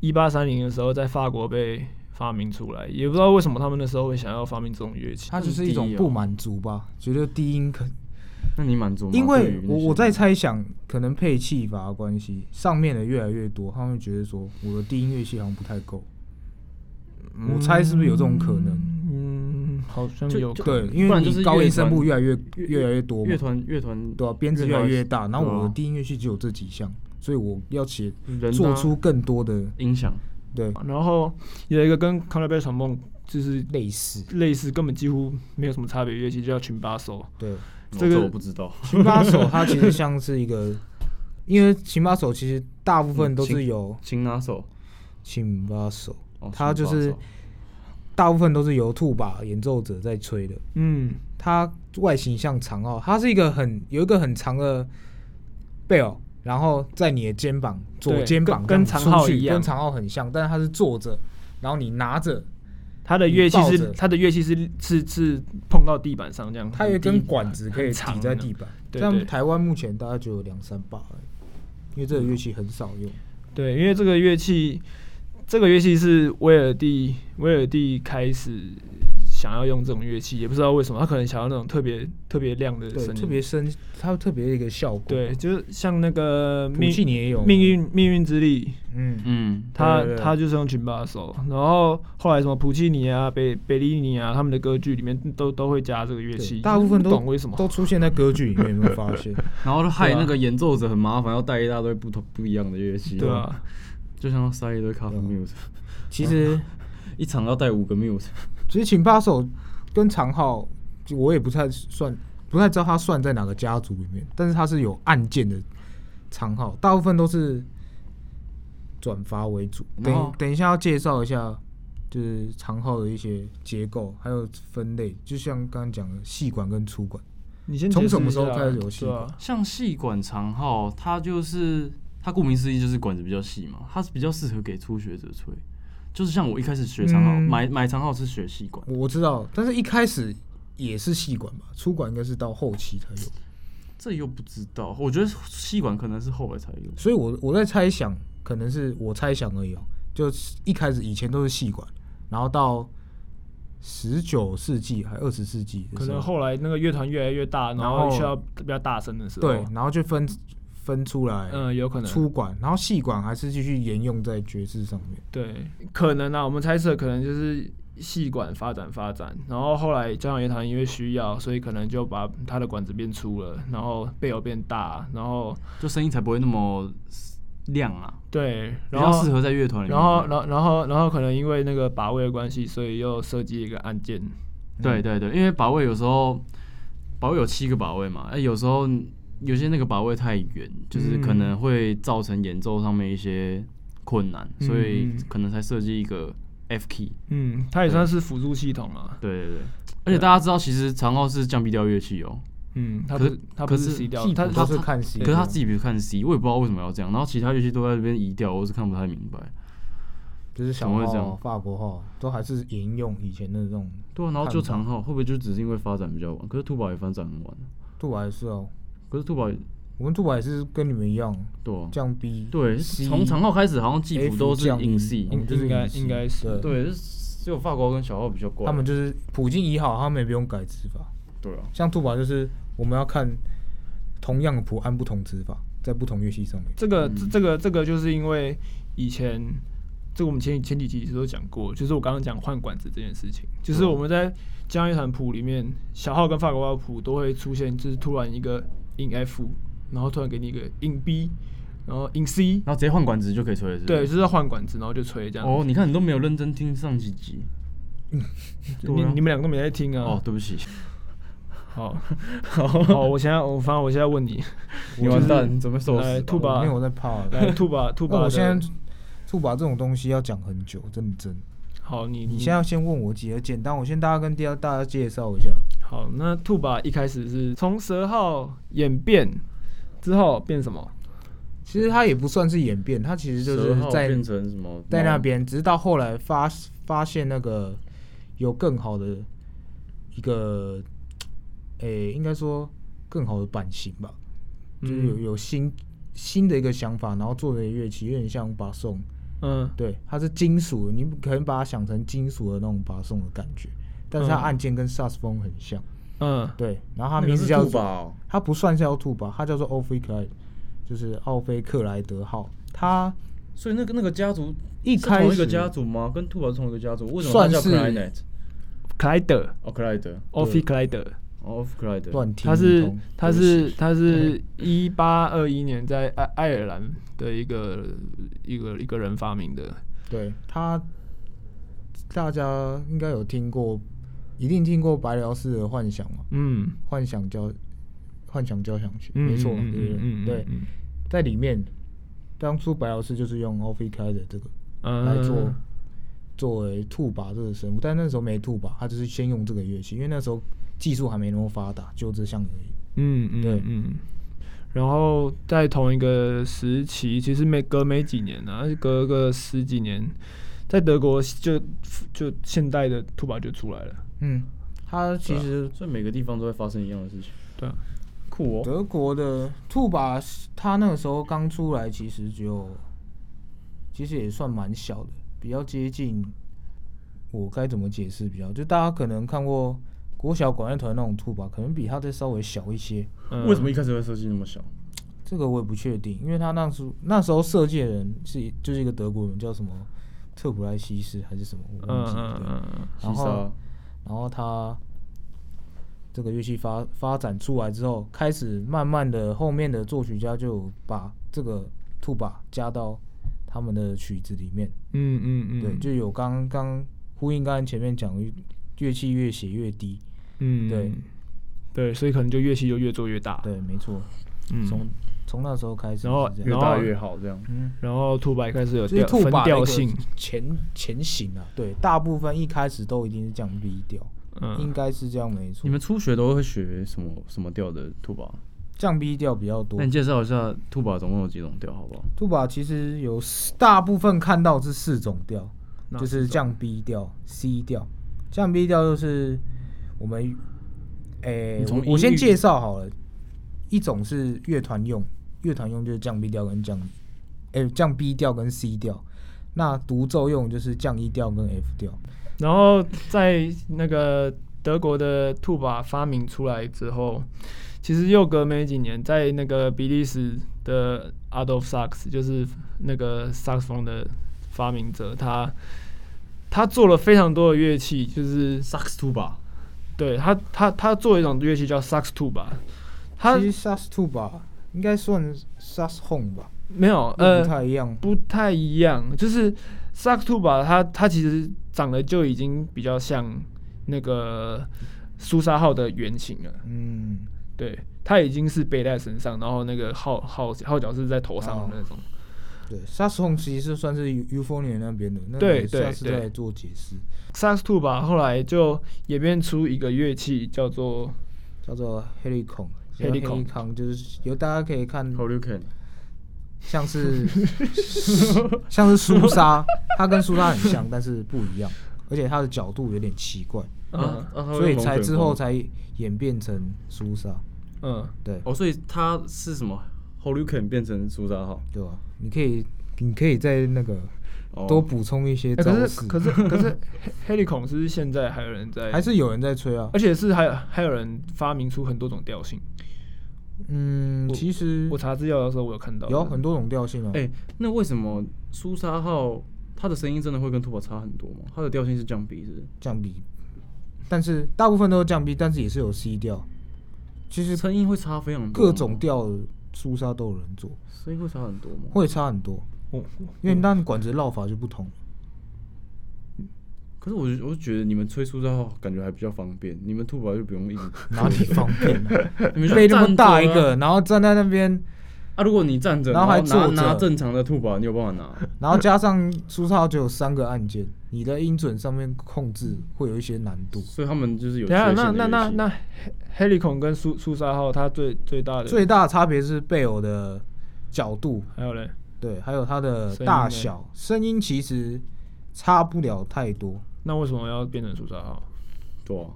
Speaker 2: 一八三零的时候在法国被发明出来，也不知道为什么他们那时候会想要发明这种乐器。
Speaker 3: 它就是一种不满足吧，觉得低音可，
Speaker 1: 那你满足吗？
Speaker 3: 因
Speaker 1: 对
Speaker 3: 为
Speaker 1: 于那
Speaker 3: 我
Speaker 1: 些
Speaker 3: 我在猜想，可能配器法的关系，上面的越来越多，他们觉得说我的低音乐器好像不太够，我猜是不是有这种可能？
Speaker 2: 嗯，好像
Speaker 1: 就
Speaker 2: 有可
Speaker 3: 对，
Speaker 2: 能。
Speaker 3: 因
Speaker 1: 不
Speaker 3: 为
Speaker 1: 然就是
Speaker 3: 你高
Speaker 1: 乐
Speaker 3: 音声
Speaker 1: 团
Speaker 3: 部越来越
Speaker 1: 乐
Speaker 3: 越来越多嘛
Speaker 1: 乐，团乐团
Speaker 3: 对啊，编制
Speaker 1: 越
Speaker 3: 越
Speaker 1: 来
Speaker 3: 来
Speaker 1: 越
Speaker 3: 越大，然后
Speaker 1: 对啊
Speaker 3: 我的低音乐器只有这几项，所以我要写
Speaker 1: 人
Speaker 3: 做
Speaker 1: 啊
Speaker 3: 出更多的
Speaker 1: 影响，
Speaker 3: 对
Speaker 2: 然后有一个跟 contrabass 传蹦就是
Speaker 3: 类似
Speaker 2: 类似，根本几乎没有什么差别的乐器，就叫群巴手。
Speaker 1: (laughs)
Speaker 3: 对。
Speaker 1: 哦
Speaker 2: 这个
Speaker 1: 我不知道。
Speaker 3: 琴把手它其实像是一个，因为琴把手其实大部分都
Speaker 1: 嗯
Speaker 3: 是
Speaker 1: 琴
Speaker 3: 由
Speaker 1: 擒拿手，
Speaker 3: 琴把手，
Speaker 1: 哦
Speaker 3: 它
Speaker 1: 擒拿
Speaker 3: 就是
Speaker 1: 手
Speaker 3: 大部分都是由兔把演奏者在吹的。
Speaker 2: 嗯，
Speaker 3: 它外形像长号，它是一个很有一个很长的 bell，然后在你的肩膀左
Speaker 2: 对
Speaker 3: 肩膀
Speaker 2: 跟跟
Speaker 3: 这样
Speaker 2: 长号
Speaker 3: 出去
Speaker 2: 一样
Speaker 3: 跟长号很像，但是它是坐着，然后你拿着，
Speaker 2: 它的乐器
Speaker 3: 你抱
Speaker 2: 是
Speaker 3: 着
Speaker 2: 它的乐器是是是碰到地板上这样，
Speaker 3: 它有一根管子可以
Speaker 2: 很
Speaker 3: 抵
Speaker 2: 长
Speaker 3: 在
Speaker 2: 的
Speaker 3: 地板。
Speaker 2: 对对
Speaker 3: 但台湾目前大概只有两三把而已，因为这个乐器很少用。
Speaker 2: 对，因为这个乐器，这个乐器是威尔第威尔第开始想要用这种乐器，也不知道为什么，他可能想要那种特别特别亮的
Speaker 3: 对，
Speaker 2: 声音，
Speaker 3: 特别深，它有特别的一个效果。
Speaker 2: 对，就是像那个
Speaker 3: 普
Speaker 2: 命
Speaker 3: 契你也有
Speaker 2: 命运命运之力，
Speaker 3: 嗯
Speaker 1: 嗯，
Speaker 2: 他
Speaker 3: 对对对
Speaker 2: 他就是用群把手，然后后来什么普契尼啊、北北利尼啊，他们的歌剧里面都都会加这个乐器，
Speaker 3: 大部分
Speaker 2: 不
Speaker 3: 都
Speaker 2: 懂为什么。
Speaker 3: 都出现在歌剧里面，有没有
Speaker 2: (laughs)
Speaker 3: 发现？
Speaker 1: 然后就害
Speaker 2: 对啊
Speaker 1: 那个演奏者很麻烦，要带一大堆不同不一样的乐器，
Speaker 2: 对，啊，
Speaker 1: 就像要塞一堆 cover
Speaker 3: 对啊
Speaker 1: muse，
Speaker 3: 其实
Speaker 1: 一场要带五个 muse，
Speaker 3: 其实琴把手跟长号，就我也不太算，不太知道他算在哪个家族里面，但是他是有按键的长号，大部分都是转发为主。
Speaker 1: 然后
Speaker 3: 等等一下要介绍一下，就是长号的一些结构还有分类，就像刚刚讲的细管跟粗管。
Speaker 2: 你先
Speaker 3: 从
Speaker 2: 解释
Speaker 3: 什么时候
Speaker 2: 一下
Speaker 3: 开始有戏
Speaker 2: 对啊
Speaker 1: 像细管长号，它就是它顾名思义就是管子比较细嘛，它是比较适合给初学者吹。就是像我一开始学长号，
Speaker 3: 嗯
Speaker 1: 买买长号是学细管，
Speaker 3: 我我知道，但是一开始也是细管吧，粗管应该是到后期才有。
Speaker 1: 这又不知道，我觉得细管可能是后来才有。
Speaker 3: 所以我我在猜想，可能是我猜想而已哦、就是一开始以前都是细管，然后到十九世纪还二十世纪的
Speaker 2: 可
Speaker 3: 时候，
Speaker 2: 能后来那个乐团越来越大，然
Speaker 3: 然
Speaker 2: 后
Speaker 3: 后
Speaker 2: 需要比较大声的时候，
Speaker 3: 对，然后就分分出来，
Speaker 2: 哦嗯，有可能
Speaker 3: 粗管，然后细管还是继续沿用在爵士上面。
Speaker 2: 对，可能啊，我们猜测可能就是细管发展发展，然后后来交响乐团因为需要，所以可能就把它的管子变粗了，然后贝尔变大，然后
Speaker 1: 就声音才不会那么亮啊，
Speaker 2: 对，
Speaker 1: 比
Speaker 2: 然
Speaker 1: 较
Speaker 2: 后
Speaker 1: 适合在乐团里面。
Speaker 2: 然后，然后，然后，然后可能因为那个把位的关系，所以又设计一个按键。
Speaker 1: 对对对，因为把位有时候把位有七个把位嘛，哎，有时候有些那个把位太远，就是可能会造成演奏上面一些困难，
Speaker 3: 嗯
Speaker 1: 所以
Speaker 3: 嗯
Speaker 1: 可能才设计一个 F key。
Speaker 2: 嗯，它也算是辅助系统啊。
Speaker 1: 对对对，而且大家知道，其实长号是降 B 调乐器哦，
Speaker 2: 嗯，它
Speaker 1: 可
Speaker 2: 不
Speaker 1: 是
Speaker 2: 是它不
Speaker 1: 可
Speaker 2: 是
Speaker 1: 是
Speaker 2: C 调
Speaker 3: 戏，
Speaker 2: 它
Speaker 3: 谱
Speaker 2: 它
Speaker 3: 都是看戏，
Speaker 1: 可是他自己比如看 C，我也不知道为什么要这样，然后其他乐器都在这边移调，我是看不太明白。
Speaker 3: 就是小
Speaker 1: 怎么会这
Speaker 3: 号、啊
Speaker 1: 样
Speaker 3: 法国号都还是沿用以前的那种。
Speaker 1: 对啊，然后就
Speaker 3: 看
Speaker 1: 长号会不会就只是因为发展比较晚？可是兔宝也发展很晚，
Speaker 3: 杜瓦也是哦、
Speaker 1: 可是兔宝也
Speaker 3: 我们杜瓦也是哦跟你们一样，
Speaker 1: 对啊
Speaker 3: 降 B
Speaker 1: 对，
Speaker 3: C
Speaker 1: 从长号开始好像记谱
Speaker 3: F
Speaker 1: 都是
Speaker 3: 降 E，
Speaker 1: 影 C，
Speaker 3: 我们就是
Speaker 2: 应该
Speaker 3: 影 C，
Speaker 2: 应该是
Speaker 3: 对
Speaker 1: 对，就是只有法国跟小号比较怪。
Speaker 3: 他们就是普京移好，他们也不用改指法。
Speaker 1: 对啊，
Speaker 3: 像兔宝就是我们要看同样的谱按不同指法，在不同乐器上面。
Speaker 2: 这个
Speaker 1: 嗯
Speaker 2: 这这个这个就是因为以前这个我们前前几集其实都讲过，就是我刚刚讲换管子这件事情，就是
Speaker 1: 对
Speaker 2: 我们在交响乐团谱里面，小号跟法国号谱都会出现，就是突然一个音 F，然后突然给你一个音 B，然后音 C，
Speaker 1: 然后直接换管子就可以吹了，是不
Speaker 2: 对，
Speaker 1: 是
Speaker 2: 就是要换管子，然后就吹这样。
Speaker 1: 哦，你看你都没有认真听上几集
Speaker 2: 你
Speaker 1: 对啊
Speaker 2: 你们两个都没在听啊？
Speaker 1: 哦，对不起，
Speaker 2: 好，好，我现在我反正我现在问你，
Speaker 1: 你完蛋，准备受
Speaker 2: 来
Speaker 1: 死吧。
Speaker 2: 兔
Speaker 3: 我
Speaker 2: 吧
Speaker 3: 没，有在怕
Speaker 2: (laughs)
Speaker 3: 啊的。 (laughs)
Speaker 2: 来兔吧，兔
Speaker 3: 那
Speaker 2: 吧的，
Speaker 3: 哦我现在兔宝这种东西要讲很久，真的真
Speaker 2: 嗯
Speaker 3: 的。
Speaker 2: 好，你
Speaker 3: 你现在要先问我几个简单，我先大家跟大家大家介绍一下。
Speaker 2: 好，那兔吧一开始是从蛇号演变之后变什么？
Speaker 3: 其实它也不算是演变，它其实就
Speaker 1: 蛇
Speaker 3: 是
Speaker 1: 号
Speaker 3: 在
Speaker 1: 变成什么？
Speaker 3: 在那边，只是到后来发发现那个有更好的一个，诶、应该说更好的版型吧，就是有
Speaker 2: 嗯
Speaker 3: 有新新的一个想法，然后做的乐器有点像巴颂，
Speaker 2: 嗯，
Speaker 3: 对，它是金属，你可能把它想成金属的那种巴颂的感觉，但是它
Speaker 2: 嗯
Speaker 3: 按键跟萨克斯风很像，
Speaker 2: 嗯，
Speaker 3: 对，然后
Speaker 1: 那
Speaker 3: 它
Speaker 1: 个
Speaker 3: 名字
Speaker 1: 是
Speaker 3: 叫
Speaker 1: 兔
Speaker 3: 做，
Speaker 1: 宝，
Speaker 3: 它不算叫兔吧，它叫做奥菲克莱，就是奥菲克莱德号，它
Speaker 1: 所以那个那个家族
Speaker 3: 一
Speaker 1: 是
Speaker 3: 开始
Speaker 1: 同一个家族吗？跟兔宝是同一个家族？为什么
Speaker 3: 算
Speaker 1: 它叫
Speaker 3: 是
Speaker 1: Clarinet？
Speaker 2: 克莱德
Speaker 1: 哦，Clarinet，
Speaker 2: o f f i 克莱德，
Speaker 1: 哦，Clarinet，
Speaker 3: 乱听
Speaker 2: 他
Speaker 3: 一
Speaker 2: 是
Speaker 3: 通，
Speaker 2: 他是他是一八二一年在爱爱尔兰的一个一个一个人发明的，
Speaker 3: 对他，大家应该有听过，一定听过白辽士的幻想嘛？
Speaker 2: 嗯，
Speaker 3: 幻想交，幻想交响曲，
Speaker 2: 嗯
Speaker 3: 没错，
Speaker 2: 嗯
Speaker 3: 对不对？
Speaker 2: 嗯嗯
Speaker 3: 对，
Speaker 2: 嗯
Speaker 3: 在里面，当初白辽士就是用 o f f 开的这个
Speaker 2: 嗯
Speaker 3: 来做、作为兔把这个声部，但那时候没兔把，他就是先用这个乐器，因为那时候技术还没那么发达，就这项而已。
Speaker 2: 嗯嗯
Speaker 3: 对
Speaker 2: 嗯。然后在同一个时期，其实没隔没几年啊，隔个十几年，在德国就就现代的兔宝就出来了，
Speaker 3: 嗯，他其实
Speaker 1: 啊所以每个地方都会发生一样的事情，
Speaker 2: 对啊，
Speaker 1: 酷哦。
Speaker 3: 德国的兔把，它那个时候刚出来，其实只有，其实也算蛮小的，比较接近。我该怎么解释比较？就大家可能看过国小管乐团那种兔把，可能比它再稍微小一些。
Speaker 2: 嗯
Speaker 1: 为什么一开始会设计那么小？
Speaker 3: 这个我也不确定，因为他那时候那时候设计的人是就是一个德国人，叫什么特普莱西斯还是什么，我忘
Speaker 2: 嗯
Speaker 3: 记了。
Speaker 2: 嗯
Speaker 3: 对
Speaker 2: 嗯
Speaker 1: 西
Speaker 3: 然后
Speaker 1: 沙，
Speaker 3: 然后他这个乐器发发展出来之后，开始慢慢的后面的作曲家就把这个兔把加到他们的曲子里面，
Speaker 2: 嗯嗯嗯，
Speaker 3: 对，就有刚刚呼应刚才前面讲的乐器越写越低，
Speaker 2: 嗯
Speaker 3: 对
Speaker 2: 对，所以可能就乐器就越做越大，
Speaker 3: 对，没错，
Speaker 2: 嗯，
Speaker 3: 从从那时候开始是
Speaker 2: 然后
Speaker 3: 这
Speaker 1: 越
Speaker 3: 样，
Speaker 2: 然
Speaker 1: 大
Speaker 2: 后
Speaker 1: 越好这样。
Speaker 3: 嗯，
Speaker 2: 然后兔白开始有
Speaker 3: 就是
Speaker 2: 调
Speaker 3: 兔
Speaker 2: 分
Speaker 3: 把那
Speaker 2: 调
Speaker 3: 个
Speaker 2: 性，
Speaker 3: 前前行啊，对，大部分一开始都一定是这样 B 调，应
Speaker 2: 嗯，
Speaker 3: 该是这样没错
Speaker 1: 你，们初学都会学什么什么调的兔把？
Speaker 3: 这样 B 调比较多
Speaker 1: 那。你介绍一下兔把总共有几种调，好不好？
Speaker 3: 兔把其实有四大部分看到是四种调，
Speaker 2: 那
Speaker 3: 就是降 B 调、C 调。降 B 调就是我们，诶、
Speaker 1: 你从
Speaker 3: 我我
Speaker 1: 音
Speaker 3: 先
Speaker 1: 域
Speaker 3: 介绍好了，一种是乐团用，乐团用就是降 B 调跟降，诶、降 B 调跟 C 调。那独奏用就是降 E 调跟 F 调。
Speaker 2: 然后在那个德国的兔把发明出来之后，其实又隔没几年，在那个比利时的 Adolf Sax，就是那个萨克斯风的发明者，他他做了非常多的乐器，就是
Speaker 1: 萨克斯兔把，
Speaker 2: 对他他他做了一种乐器叫 Sax 兔吧，他
Speaker 3: 其实 Sax 兔把应该算 Sax Home 吧，
Speaker 2: 没有
Speaker 3: 又
Speaker 2: 呃
Speaker 3: 不太一样。
Speaker 2: 不太一样，就是萨克兔吧，它它其实长得就已经比较像那个苏沙号的原型了，
Speaker 3: 嗯，
Speaker 2: 对，它已经是背在身上，然后那个号号号角是在头上
Speaker 3: 哦
Speaker 2: 的那种，
Speaker 3: 对，Sax Home 其实算是 U f o n i a 那边的，那
Speaker 2: 对
Speaker 3: 个
Speaker 2: 对
Speaker 3: 下次
Speaker 2: 对
Speaker 3: 再来做解释，
Speaker 2: 萨克兔吧后来就演变出一个乐器叫做
Speaker 3: 叫做 Helicon。
Speaker 2: Helicon
Speaker 3: 就是有大家可以看
Speaker 1: h o l u c a n
Speaker 2: (laughs)
Speaker 3: 像是像是苏莎，它跟苏莎很像，但是不一样，而且它的角度有点奇怪，
Speaker 1: 啊
Speaker 2: 嗯
Speaker 3: 啊所以才之后才演变成苏莎，
Speaker 2: 嗯
Speaker 3: 对
Speaker 1: 哦，所以它是什么 h o l u c a n 变成苏扎号，
Speaker 3: 对吧？你可以你可以在那个
Speaker 1: 哦
Speaker 3: 多补充一些
Speaker 2: 欸
Speaker 3: 招
Speaker 2: 可
Speaker 3: 式
Speaker 2: 是，可是可是 Helicon 是现在还有人在，
Speaker 3: 还是有人在吹啊
Speaker 2: 而。且是还有还有人发明出很多种调性，
Speaker 3: 嗯，其实
Speaker 2: 我查资料的时候我有看到
Speaker 3: 有很多种调性哦。
Speaker 1: 哎、那为什么苏沙号它的声音真的会跟兔宝差很多吗？它的调性是降 B 是不是？
Speaker 3: 降 B，但是大部分都是降 B，但是也是有 C 调，其实
Speaker 1: 声音会差非常多，
Speaker 3: 各种，调的苏莎都有人做，
Speaker 1: 声音会差很多吗？
Speaker 3: 会差很多，
Speaker 2: 我
Speaker 3: 因为
Speaker 1: 嗯
Speaker 3: 那你管子绕法就不同。
Speaker 1: 可是我就我就觉得你们吹苏沙号感觉还比较方便，你们兔宝就不
Speaker 3: (laughs)
Speaker 1: 用一直
Speaker 3: 哪里方便啊？
Speaker 1: (laughs) 你们就
Speaker 3: 背那
Speaker 1: 站
Speaker 3: 么
Speaker 1: 着
Speaker 3: 大一
Speaker 1: 啊
Speaker 3: 个，然后站在那边，
Speaker 1: 啊！如果你站着，
Speaker 3: 然
Speaker 1: 然后
Speaker 3: 后还
Speaker 1: 拿
Speaker 3: 坐着
Speaker 1: 拿正常的兔宝，你有办法拿？
Speaker 3: 然后加上苏超只有三个按键，你的音准上面控制会有一些难度。
Speaker 1: 所以他们就是有
Speaker 2: 等一下，
Speaker 1: 缺陷
Speaker 2: 那
Speaker 1: 的
Speaker 2: 那那
Speaker 1: 乐器
Speaker 2: 那 Helicon 跟苏苏沙号，它最最大的
Speaker 1: 嗯
Speaker 3: 最大的差别是贝偶的角度，
Speaker 2: 还有嘞，
Speaker 3: 对，还有它的
Speaker 2: 声音
Speaker 3: 大
Speaker 2: 呢
Speaker 3: 小，声音其实差不了太多。
Speaker 2: 那为什么要变成苏沙号？
Speaker 1: 对啊，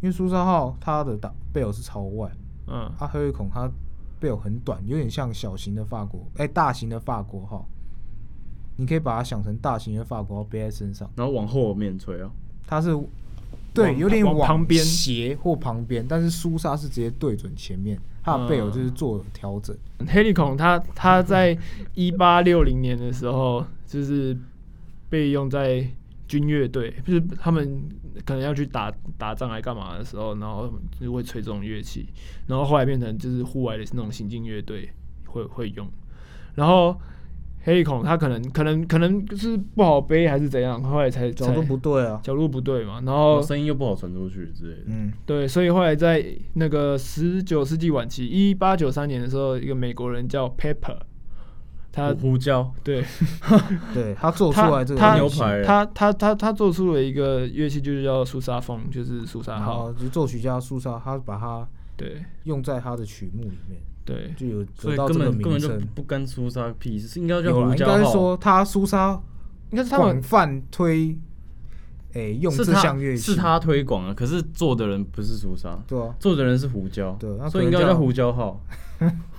Speaker 3: 因为苏三号它的打贝尔是朝外，啊
Speaker 2: 嗯
Speaker 3: 阿黑孔它贝尔很短，有点像小型的法国，哎、大型的法国号。你可以把它想成大型的法国号背在身上，
Speaker 1: 然后往后面吹啊，
Speaker 3: 它是对
Speaker 2: 往
Speaker 3: 有点
Speaker 2: 往旁边
Speaker 3: 斜或旁边，但是苏莎是直接对准前面，它的贝
Speaker 2: 啊
Speaker 3: 尔就是做调整。
Speaker 2: ，Helicon 它它在一八六零年的时候，就是被用在军乐队，就是他们可能要去打打仗来干嘛的时候，然后就会吹这种乐器，然后后来变成就是户外的那种行进乐队会会用，然后。Helicon 它可能可能可能就是不好背还是怎样，后来才
Speaker 3: 角度
Speaker 2: 才
Speaker 3: 不对啊，
Speaker 2: 角度不对嘛，然
Speaker 1: 然后
Speaker 2: 后
Speaker 1: 声音又不好传出去之类的。
Speaker 3: 嗯，
Speaker 2: 对，所以后来在那个十九世纪晚期，一八九三年的时候，一个美国人叫 Pepper，他
Speaker 1: 胡椒
Speaker 2: 对
Speaker 3: 对，它做出
Speaker 2: 他
Speaker 3: 来这个
Speaker 2: 他
Speaker 1: 牛
Speaker 3: 东西
Speaker 1: 排欸
Speaker 2: 他他他他做出了一个乐器，就是叫苏沙风，就是苏沙
Speaker 3: 然后
Speaker 2: 号，
Speaker 3: 就作曲家苏莎，他把它
Speaker 2: 对
Speaker 3: 用在他的曲目里面，
Speaker 1: 嗯
Speaker 2: 对，
Speaker 3: 就有
Speaker 1: 所
Speaker 3: 得
Speaker 1: 以
Speaker 3: 到
Speaker 1: 根
Speaker 3: 这
Speaker 1: 本
Speaker 3: 个
Speaker 1: 根
Speaker 3: 名
Speaker 1: 本就
Speaker 3: 称
Speaker 1: 不。不干苏沙屁事，是应该叫
Speaker 3: 有啦
Speaker 1: 胡
Speaker 3: 应
Speaker 1: 椒号。
Speaker 3: 该是说他苏莎
Speaker 2: 应该是他
Speaker 3: 广
Speaker 2: 们
Speaker 3: 泛推，诶、用
Speaker 1: 是
Speaker 3: 这
Speaker 1: 他
Speaker 3: 项乐器
Speaker 1: 是他推广啊，可是做的人不是苏莎，
Speaker 3: 对啊，
Speaker 1: 做的人是胡椒，
Speaker 3: 对那
Speaker 1: 所以
Speaker 3: 可
Speaker 1: 应
Speaker 3: 能
Speaker 1: 该
Speaker 3: 叫
Speaker 1: 叫胡椒号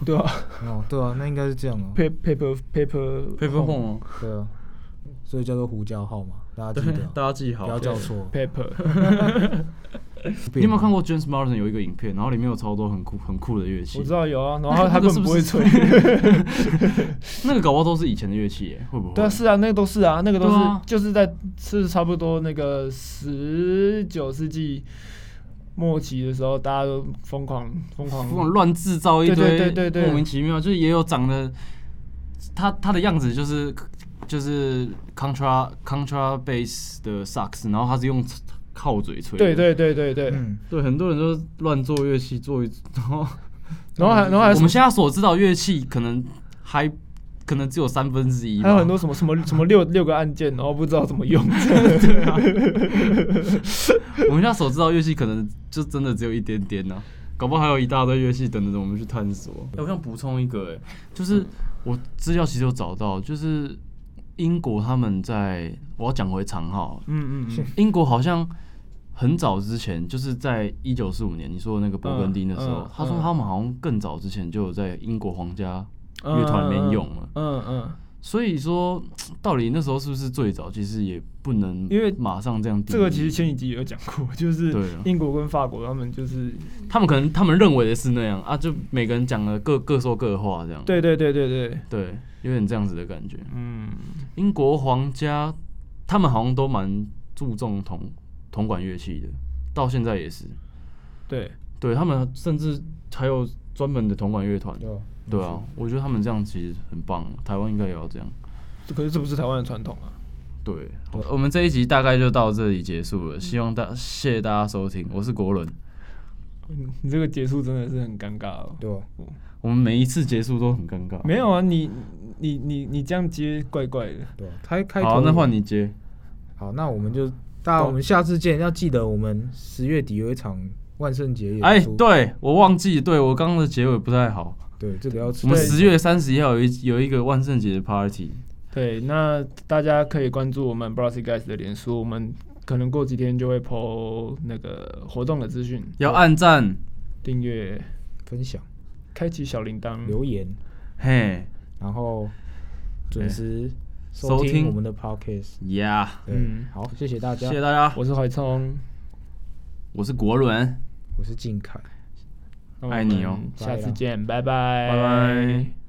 Speaker 2: 对啊
Speaker 3: 哦对啊，那应该是这样哦、
Speaker 2: ，Pepper 哦 Pepper
Speaker 1: p a p e r h o m e
Speaker 3: 对啊，所以叫做胡椒号嘛，大家记
Speaker 1: 对
Speaker 3: 得，
Speaker 1: 大
Speaker 3: 啊
Speaker 1: 家记好。
Speaker 3: 不要叫错。
Speaker 2: Pepper，
Speaker 1: 你有没有看过 James Martin 有一个影片，然后里面有超多很酷很酷的乐器？
Speaker 2: 我知道有啊，然
Speaker 1: 那
Speaker 2: 后
Speaker 1: 个
Speaker 2: 他根本不会吹。
Speaker 1: 那个 (laughs) 那个搞不好都是以前的乐器耶，会不会？
Speaker 2: 对啊，是啊，那个都是啊，那个都是，
Speaker 1: 对啊
Speaker 2: 就是在是差不多那个十九世纪末期的时候，大家都疯狂疯狂
Speaker 1: 不管乱制造一堆，
Speaker 2: 对对对对对
Speaker 1: 莫名其妙，就是也有长得，他他的样子就是就是 contra contra bass 的 sax，然后他是用靠嘴吹的，
Speaker 2: 对对对对对，
Speaker 3: 嗯，
Speaker 1: 对，很多人都乱做乐器，做一 (laughs) 然后
Speaker 2: 然后还然后还有
Speaker 1: 我
Speaker 2: 什
Speaker 1: 们
Speaker 2: 么
Speaker 1: 现在所知道的乐器可能还可能只有三分之一吧，
Speaker 2: 还有很多什么什么什么六六个按键，然后不知道怎么
Speaker 1: (laughs)
Speaker 2: 用。
Speaker 1: 对啊， (laughs) 我们现在所知道乐器可能就真的只有一点点呢、搞不好还有一大堆乐器等着我们去探索。欸我想补充一个、欸，就是我资料其实有找到，就是英国他们在我要讲回长号，
Speaker 2: 嗯嗯嗯，
Speaker 1: 英国好像很早之前，就是在一九四五年你说的那个勃艮第的时候，
Speaker 2: 嗯嗯
Speaker 1: 他说他们好像更早之前就有在英国皇家
Speaker 2: 嗯
Speaker 1: 乐团联用了。
Speaker 2: 嗯嗯，
Speaker 1: 所以说，到底那时候是不是最早？其实也不能
Speaker 2: 因为
Speaker 1: 马上这样定义。
Speaker 2: 这个其实前几集也有讲过， (laughs) 就是
Speaker 1: 对啊
Speaker 2: 英国跟法国他们就是
Speaker 1: 他们可能他们认为的是那样啊，就每个人讲了各各说各的话这样。
Speaker 2: 对对对对对，
Speaker 1: 对，有点这样子的感觉。
Speaker 2: 嗯，
Speaker 1: 英国皇家他们好像都蛮注重铜铜管乐器的，到现在也是。
Speaker 2: 对，
Speaker 1: 对他们甚至还有专门的铜管乐团。
Speaker 3: 有，
Speaker 1: 对啊，我觉得他们这样其实很棒，台湾应该也要这样。
Speaker 2: 这可是这不是台湾的传统啊。
Speaker 1: 对，好我们这一集大概就到这里结束了，希望大谢谢大家收听，我是国伦。
Speaker 2: 嗯，你这个结束真的是很尴尬哦。
Speaker 3: 对啊吧？
Speaker 1: 我们每一次结束都很尴尬。
Speaker 2: 没有啊，你你你你这样接怪怪的。
Speaker 3: 对吧？开开头
Speaker 1: 好，那换你接。
Speaker 3: 好，那我们就大家我们下次见，要记得我们十月底有一场万圣节演出，
Speaker 1: 哎，对我忘记，对我刚刚的结尾不太好。
Speaker 3: 对，这个要
Speaker 1: 我们
Speaker 3: 对
Speaker 1: 十月三十一号有一有一个万圣节的 party，
Speaker 2: 对，那大家可以关注我们 Brassy Guys 的脸书，我们可能过几天就会 PO 那个活动的资讯，
Speaker 1: 要按赞，
Speaker 2: 订阅，
Speaker 3: 分享
Speaker 2: 开启小铃铛。
Speaker 3: 留言，
Speaker 1: 嘿
Speaker 3: 然后准时
Speaker 1: 收
Speaker 3: 收
Speaker 1: 听
Speaker 3: 听我们的 podcast。
Speaker 1: 呀
Speaker 3: 嗯
Speaker 2: 嗯，
Speaker 3: 好，谢谢大家
Speaker 1: 谢，谢大家，
Speaker 2: 我是怀聪，
Speaker 1: 我是国伦，
Speaker 3: 我是靖凯。
Speaker 2: 那我
Speaker 1: 爱你
Speaker 2: 们
Speaker 1: 哦
Speaker 2: 下
Speaker 3: 拜
Speaker 2: 次
Speaker 3: 啦
Speaker 2: 见，拜拜，
Speaker 1: 拜拜。